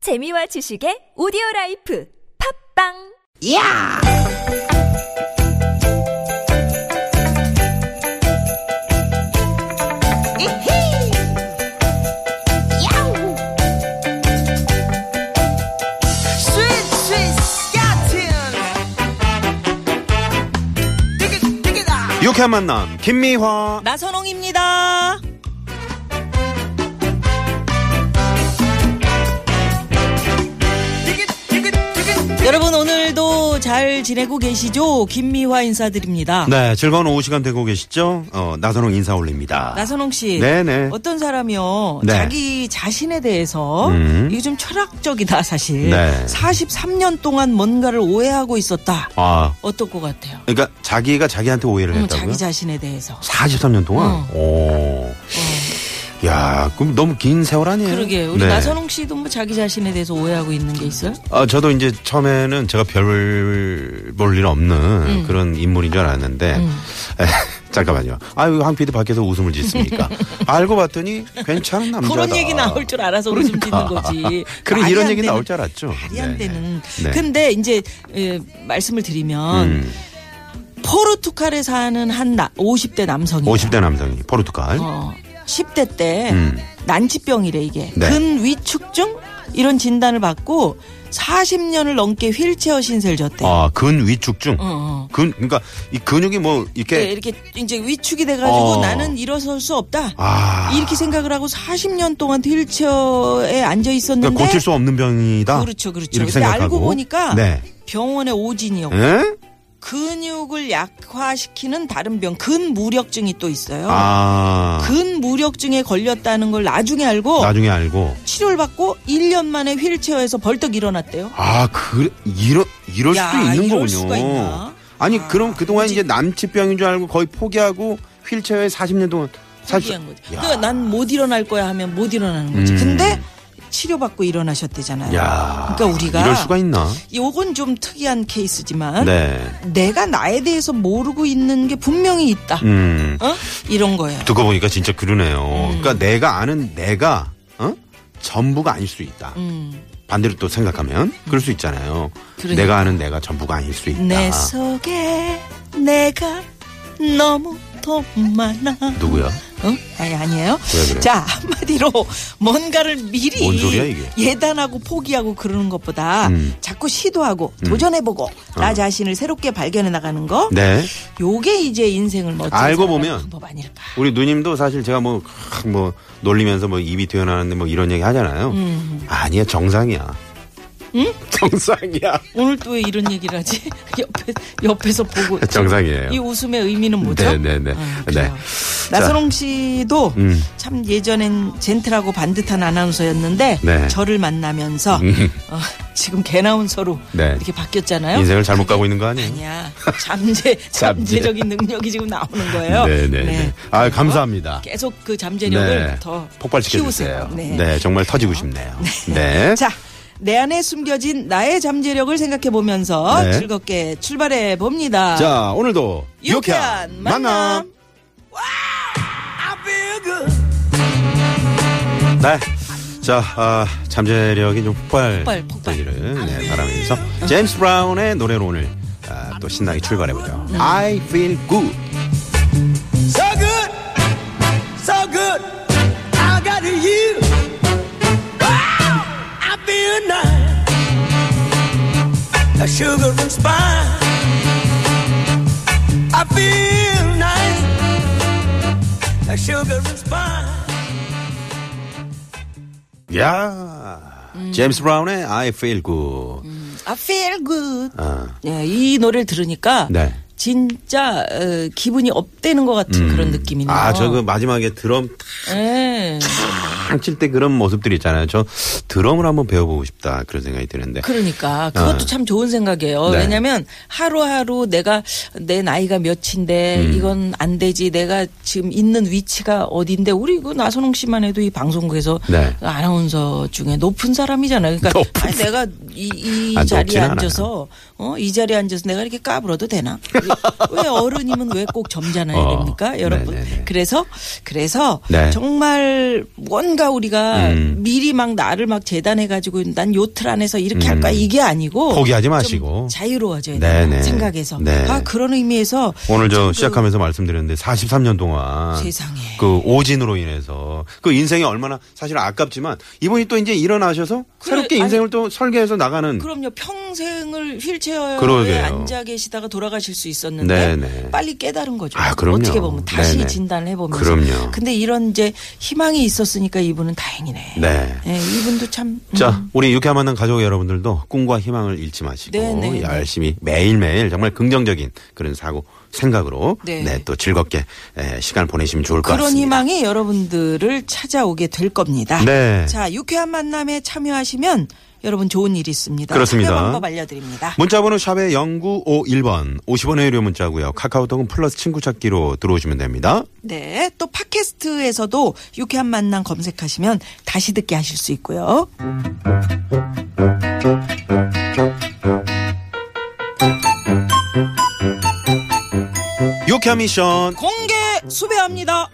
재미와 지식의 오디오 라이프 팝빵! 야! 이히! 야우! 스윗 스윗 야튼! 티켓 티켓아! 유쾌한 만남 김미화 나선홍입니다. 여러분 오늘도 잘 지내고 계시죠? 김미화 인사드립니다. 네 즐거운 오후 시간 되고 계시죠 어, 나선홍 인사 올립니다 나선홍 씨, 네네. 어떤 사람이요 네. 자기 자신에 대해서 음. 이게 좀 철학적이다 사실. 네. 43년 동안 뭔가를 오해하고 있었다. 아 어떨 것 같아요? 그러니까 자기가 자기한테 오해를 음, 했다고요 자기 어. 자신에 대해서. 43년 동안 오야 그럼 너무 긴 세월 아니에요 그러게 우리 네. 나선홍 씨도 뭐 자기 자신에 대해서 오해하고 있는 게 있어요? 아, 저도 이제 처음에는 제가 별 볼 일 없는 음. 그런 인물인 줄 알았는데 에, 잠깐만요 아유 황 PD 밖에서 웃음을 짓습니까 알고 봤더니 괜찮은 남자다 그러니까. 그런 얘기 나올 줄 알아서 웃음 짓는 거지. 그리고 말이 이런 안 얘기 되는- 나올 줄 알았죠 말이 안 네, 네. 되는. 네. 근데 이제 예, 말씀을 드리면 음. 포르투갈에 사는 한 나, 50대 남성이 50대 남성이 포르투갈. 어, 10대 때 음. 난치병이래 이게 네. 근위축증 이런 진단을 받고 40년을 넘게 휠체어 신세를 졌대. 아, 근위축증. 네. 어. 근 그러니까 이 근육이 뭐 이렇게 네, 이렇게 이제 위축이 돼가지고 어. 나는 일어설 수 없다. 아. 이렇게 생각을 하고 40년 동안 휠체어에 앉아 있었는데 그러니까 고칠 수 없는 병이다. 그렇죠, 그렇죠. 이렇게 근데 생각하고. 알고 보니까 네. 병원의 오진이었고 예? 근육을 약화시키는 다른 병 근무력증이 또 있어요. 아. 근무력증에 걸렸다는 걸 나중에 알고 나중에 알고. 치료를 받고 1년 만에 휠체어에서 벌떡 일어났대요. 아, 그래 이런 이럴 야, 수도 있는 이럴 거군요. 수가 있나? 아니, 아, 그럼 그동안 뭐지? 이제 남치병인 줄 알고 거의 포기하고 휠체어에 40년 동안 사실 포기한 거지. 그러니까 난 못 일어날 거야 하면 못 일어나는 거지. 음. 근데 치료받고 일어나셨대잖아요. 야. 그러니까 우리가 이럴 수가 있나? 요건 좀 특이한 케이스지만 네. 내가 나에 대해서 모르고 있는 게 분명히 있다. 음. 어? 이런 거예요. 듣고 보니까 진짜 그러네요. 음. 그러니까 내가 아는 내가 어? 전부가 아닐 수 있다. 음. 반대로 또 생각하면 그럴 수 있잖아요. 그러니까. 네, 내가 아는 내가 전부가 아닐 수 있다. 내 속에 내가 너무 더 많아. 누구야? 응? 아니 아니에요. 왜 그래요? 자 한마디로 뭔가를 미리 뭔 소리야, 이게? 예단하고 포기하고 그러는 것보다 음. 어. 자꾸 시도하고 도전해보고 나 자신을 새롭게 발견해 나가는 거. 네. 요게 이제 인생을 멋지게 알고 살아가는 보면 방법 아닐까. 우리 누님도 사실 제가 뭐, 크, 뭐, 놀리면서 뭐 입이 튀어나왔는데 뭐 이런 얘기 하잖아요. 음. 아니야, 정상이야. 정상이야. 오늘 또 왜 이런 얘기를 하지? 옆에 옆에서 보고 정상이에요. 이 웃음의 의미는 뭐죠? 네네네. 아, 네. 그래요. 나선홍 씨도 음. 참 예전엔 젠틀하고 반듯한 아나운서였는데 네. 음. 저를 만나면서 어, 지금 개나운서로 네. 이렇게 바뀌었잖아요. 인생을 잘못 가고 있는 거 아니에요? 아니야. 잠재 잠재적인 능력이 지금 나오는 거예요. 네네네. 아, 감사합니다. 계속 그 잠재력을 네. 더 폭발시켜주세요. 키우세요. 네. 네, 정말 터지고 싶네요. 네. 자. 내 안에 숨겨진 나의 잠재력을 생각해 보면서 네. 즐겁게 출발해 봅니다. 자, 오늘도 아, 유쾌한 만남. 네. 자, 아, 잠재력이 좀 폭발, 폭발, 폭발. 되기를 네, 바라면서 제임스 브라운의 노래로 오늘 아, 또 신나게 출발해보죠. 음. I feel good. So good, so good. I got you. Wow, I feel nice. A sugar and spice. I feel nice. A sugar and spice. 야 음. 제임스 브라운의 I feel good. I feel good. 아, 예, 이 노래를 들으니까 네. 진짜 어, 기분이 업되는 것 같은 그런 느낌이네요. 아, 저 그 마지막에 드럼 예. 탁 칠 때 그런 모습들이 있잖아요. 저 드럼을 한번 배워보고 싶다. 그런 생각이 드는데. 그러니까 그것도 어. 참 좋은 생각이에요. 네. 왜냐하면 하루하루 내가 내 나이가 몇인데 음. 이건 안 되지. 내가 지금 있는 위치가 어딘데 우리 그 나선홍 씨만 해도 이 방송국에서 네. 아나운서 중에 높은 사람이잖아요. 그러니까 높은 아니, 내가 이, 이 아, 자리에 높진 않아요. 앉아서 어, 이 자리에 앉아서 내가 이렇게 까불어도 되나? 왜 어른이면 왜 꼭 점잖아야 어. 됩니까, 여러분? 네, 네, 네. 그래서 그래서 네. 정말 원 뭔가 우리가 음. 미리 막 나를 막 재단해가지고 난 요틀 안에서 이렇게 할 거야 이게 아니고 음. 포기하지 좀 마시고. 자유로워져야 네네. 된다 생각에서 네. 아 그런 의미에서 오늘 저 참 그- 시작하면서 말씀드렸는데 43년 동안 세상에. 그 오진으로 인해서 그 인생이 얼마나 사실 아깝지만 이분이 또 이제 일어나셔서 그래, 새롭게 아니, 인생을 또 설계해서 나가는 그럼요 평생을 휠체어에 그러게요. 앉아 계시다가 돌아가실 수 있었는데 네네. 빨리 깨달은 거죠. 아, 그럼요. 어떻게 보면 다시 네네. 진단을 해보면서 그럼요. 근데 이런 이제 희망이 있었으니까 이분은 다행이네. 네. 예, 이분도 참 음, 자, 우리 유쾌한 만남 가족 여러분들도 꿈과 희망을 잃지 마시고 네네. 열심히 매일매일 정말 긍정적인 그런 사고 생각으로 네, 네. 또 즐겁게 에, 시간 보내시면 좋을 것 그런 같습니다. 희망이 여러분들을 찾아오게 될 겁니다. 네. 자, 유쾌한 만남에 참여하시면 여러분 좋은 일이 있습니다. 그렇습니다. 뭐- 참여 방법 알려드립니다. 문자번호 샵에 0951번 50원의 유료 문자고요. 카카오톡은 플러스 친구 찾기로 들어오시면 됩니다. 네, 또 팟캐스트에서도 유쾌한 만남 검색하시면 다시 듣게 하실 수 있고요. 유쾌한 미션 공개 수배합니다.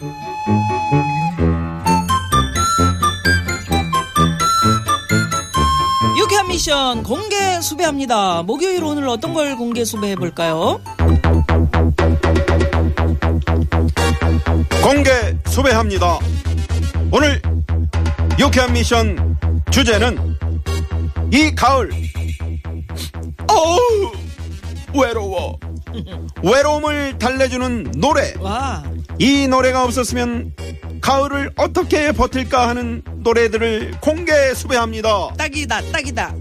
유쾌한 미션 공개 수배합니다. 목요일 오늘 어떤 걸 공개 수배해 볼까요? 공개 수배합니다. 오늘 유쾌한 미션 주제는 이 가을 어우 외로워 외로움을 달래주는 노래 와, 이 노래가 없었으면 가을을 어떻게 버틸까 하는 노래들을 공개 수배합니다. 어? 딱이다, 딱이다.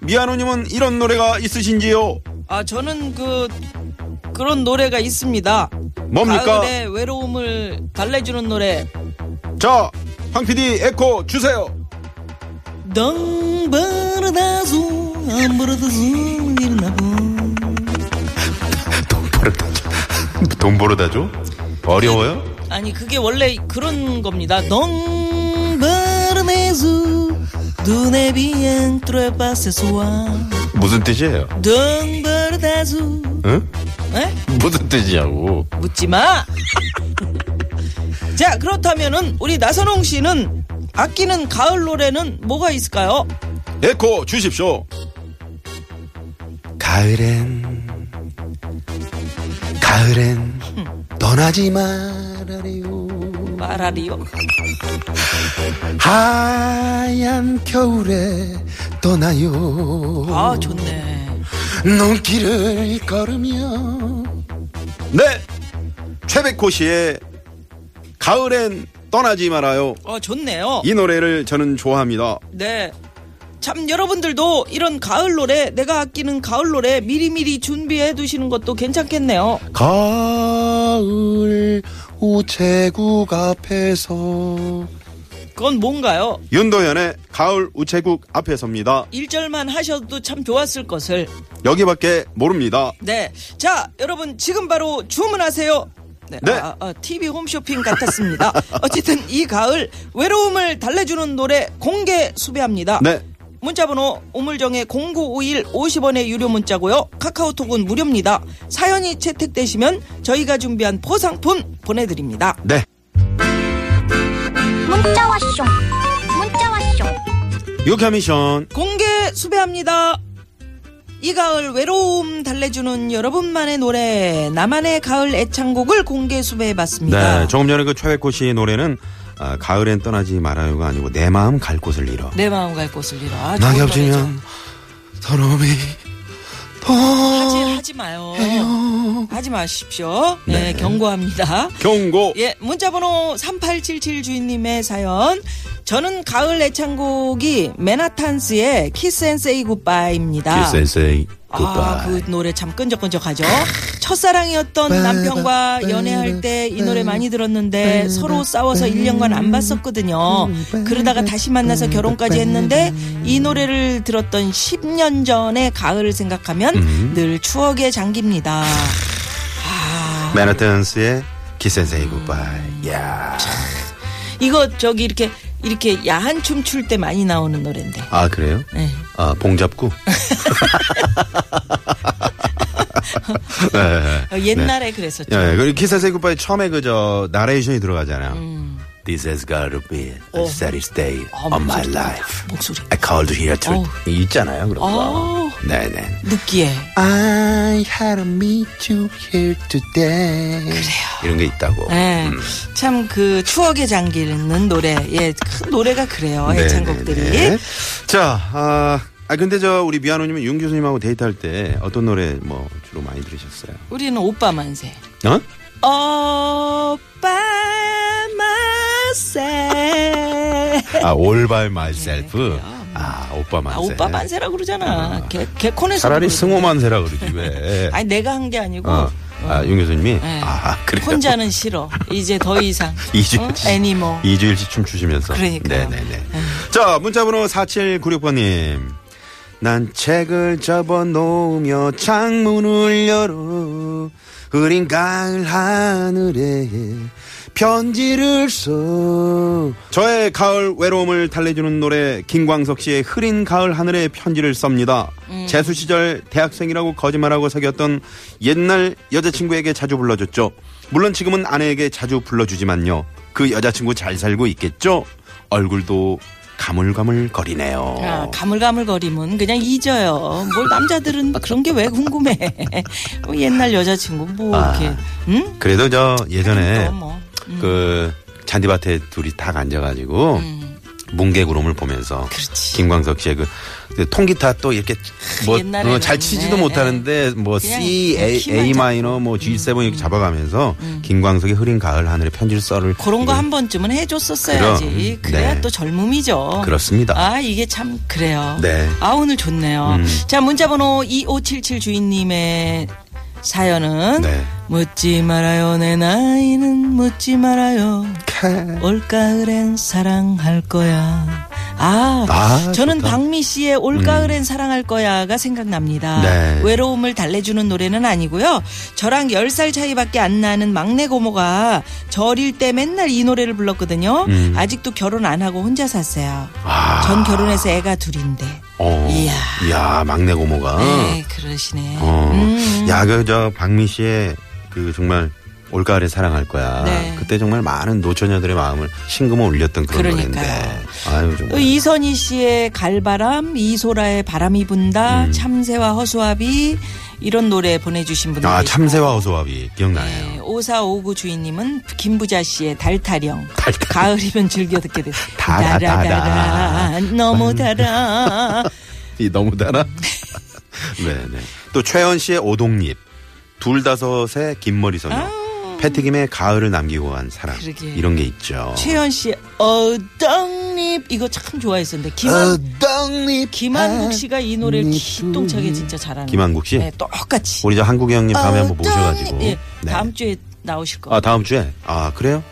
미아노님은 이런 노래가 있으신지요? 아, 저는 그 그런 노래가 있습니다. 뭡니까? 가을의 외로움을 달래주는 노래. 자, 황 PD 에코 주세요. 덩 바르다수 안 바르다수 일나보 돈 벌어다 줘. 돈 벌어다 줘? 어려워요? 아니 그게 원래 그런 겁니다. 넌 바르네수 눈에 비엔 트레바세수와 무슨 뜻이에요? 넌 바르다수 네? 응? 에? 무슨 뜻이냐고. 묻지마 자 그렇다면은 우리 나선홍 씨는 아끼는 가을 노래는 뭐가 있을까요? 에코 주십시오. 가을엔 가을엔 Hmm. 떠나지 말아요. 말하리요 하얀 겨울에 떠나요. 아 좋네 눈길을 걸으며 네 최백호 씨의 가을엔 떠나지 말아요 아 좋네요 이 노래를 저는 좋아합니다 네. 참 여러분들도 이런 가을 노래 내가 아끼는 가을 노래 미리미리 준비해 두시는 것도 괜찮겠네요. 가을 우체국 앞에서 그건 뭔가요? 윤도현의 가을 우체국 앞에서입니다 1절만 하셔도 참 좋았을 것을. 여기밖에 모릅니다 네. 자, 여러분 지금 바로 주문하세요. 네. 네. 아, 아, TV 홈쇼핑 같았습니다. 어쨌든 이 가을 외로움을 달래주는 노래 공개 수배합니다. 네 문자번호 오물정의 0951 50원의 유료 문자고요. 카카오톡은 무료입니다. 사연이 채택되시면 저희가 준비한 포상품 보내드립니다. 네. 문자 왔쇼 문자 왔쇼 유캐미션 공개 수배합니다. 이 가을 외로움 달래주는 여러분만의 노래 나만의 가을 애창곡을 공개 수배해봤습니다. 네 조금 전에 그 최백호 씨의 노래는 아, 가을엔 떠나지 말아요가 아니고 내 마음 갈 곳을 잃어 내 마음 갈 곳을 잃어. 아, 좋은 낙엽 노래죠. 지면 서러움이 하지 더 하지 마요. 하지 마십시오. 네, 경고합니다. 경고 예, 문자번호 3877 주인님의 사연. 저는 가을 애창곡이 맨하탄스의 키스 앤 세이 굿바이입니다. 기센세이 아, 굿바이 그 노래 참 끈적끈적하죠. 첫사랑이었던 남편과 연애할 때 이 노래 많이 들었는데 서로 싸워서 1년간 안 봤었거든요. 그러다가 다시 만나서 결혼까지 했는데 이 노래를 들었던 10년 전의 가을을 생각하면 늘 추억에 잠깁니다. 아, 맨하탄스의 기센세이 굿바이 야. 이거 저기 이렇게 이렇게 야한 춤 출 때 많이 나오는 노래인데. 아 그래요? 네. 아 봉잡구 네. 어, 옛날에 그랬었죠. 네. 그 예, 그리고 기센세이 굿바이 처음에 그저 나레이션이 들어가잖아요 This has got to be the 어. saddest day 아, of my 목소리. life. 목소리. I called here to 어우. 있잖아요 그런 어우. 거. 네네. 느끼해. I had to meet you here today. 이런 게 있다고. 예. 음. 참 그 추억에 잠기는 노래. 예, 큰 노래가 그래요. 네네네. 어, 애창곡들이. 자, 아, 아 근데 저 우리 미아노님은 윤 교수님하고 데이트할 때 어떤 노래 뭐 주로 많이 들으셨어요? 우리는 오빠 만세. 어? 오빠 아, 만세. all by myself. 아, 오빠 만세. 네, 아, 오빠 만세라고 그러잖아. 개, 개콘에서. 차라리 승호 만세라 그러지 왜? 아니, 내가 한 게 아니고. 어. 아, 윤 교수님이 예. 아, 그래요. 혼자는 싫어. 이제 더 이상. 응? 이주일치 애니모. 뭐. 이주일치 춤추시면서. 그러니까요. 네네네. 자, 문자번호 4796번님. 난 책을 접어놓으며 창문을 열어 흐린 가을 하늘에 편지를 써 저의 가을 외로움을 달래주는 노래 김광석 씨의 흐린 가을 하늘에 편지를 썹니다 재수 시절 대학생이라고 거짓말하고 사귀었던 옛날 여자친구에게 자주 불러줬죠 물론 지금은 아내에게 자주 불러주지만요 그 여자친구 잘 살고 있겠죠 얼굴도 가물가물 거리네요 아, 가물가물거림은 그냥 잊어요. 뭘 아, 남자들은 그런 게 왜 궁금해. 뭐 옛날 여자친구 뭐 아. 이렇게. 응? 그래도 저 예전에 또 뭐. 음. 그 잔디밭에 둘이 딱 앉아가지고 뭉게구름을 보면서 음. 그렇지. 김광석 씨의 그, 그 통기타 또 이렇게 뭐 옛날에는 잘 치지도 네, 못하는데 뭐 그냥 C, 그냥 A, 키만 A 잡고. 음. 마이너 뭐 G7 이렇게 잡아가면서 김광석의 흐린 가을 하늘의 편지를 썰을 그런 거 이걸- 한 번쯤은 해줬었어야지. 예. 그럼. 그래야 네. 또 젊음이죠. 그렇습니다. 아, 이게 참 그래요. 네. 아, 오늘 좋네요. 음. 자, 문자번호 2577 주인님의 사연은 네. 묻지 말아요 내 나이는 묻지 말아요 올가을엔 사랑할 거야 아, 아, 저는 좋다. 음. 박미 씨의 올가을엔 사랑할 거야가 생각납니다 네. 외로움을 달래주는 노래는 아니고요 저랑 10살 차이밖에 안 나는 막내 고모가 저 어릴 때 맨날 이 노래를 불렀거든요 아직도 결혼 안 하고 혼자 샀어요 음. 아. 전 결혼해서 애가 둘인데 어. 이야. 이야. 막내 고모가. 네 그러시네 어. 음. 야, 그, 저, 박미 씨의 그 정말 올가을에 사랑할 거야. 네. 그때 정말 많은 노처녀들의 마음을 심금어 울렸던 그런 그러니까요. 노래인데. 아유, 또 정말. 이선희 씨의 갈바람, 이소라의 바람이 분다, 음. 참새와 허수아비 이런 노래 보내주신 분들 아, 계시고. 참새와 호수아비. 기억나네요. 네, 5459 주인님은 김부자 씨의 달타령. 가을이면 즐겨 듣게 돼. 달아, 달아. 달아, 음. 너무 달아. 이 너무 달아? 네네. 또 최현 씨의 오동잎. 둘 다섯의 긴 머리 소녀. 패티김의 가을을 남기고 간 사랑. 아. 그러게. 이런 게 있죠. 최현 씨의 어덩잎 이거 참 좋아했었는데 어, 김한, 어동잎. 김한국 씨가 이 노래를 기똥차게 진짜 잘하는. 음, 김한국 씨? 네, 똑같이. 우리 저 한국이 형님 다음에 한번 모셔가지고. 어덩잎. 예, 네. 다음 주에 나오실 거. 아, 다음 주에? 아, 그래요?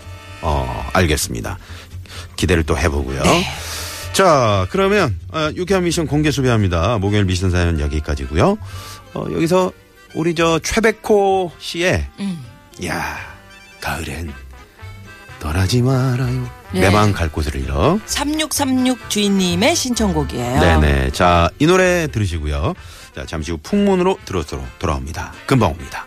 어, 알겠습니다. 기대를 또 해보고요. 네. 자, 그러면, 아, 유쾌한 미션 공개 수배합니다. 목요일 미션 사연 여기까지고요 어, 여기서 우리 저 최백호 씨의, 음. 야 가을엔 떠나지 말아요. 네. 내 마음 갈 곳을 잃어. 3636 주인님의 신청곡이에요. 네네. 자, 이 노래 들으시고요. 자, 잠시 후 풍문으로 들어서 돌아옵니다. 금방 옵니다.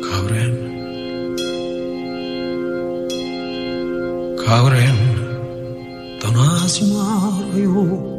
가을엔 가을엔 떠나지 말아요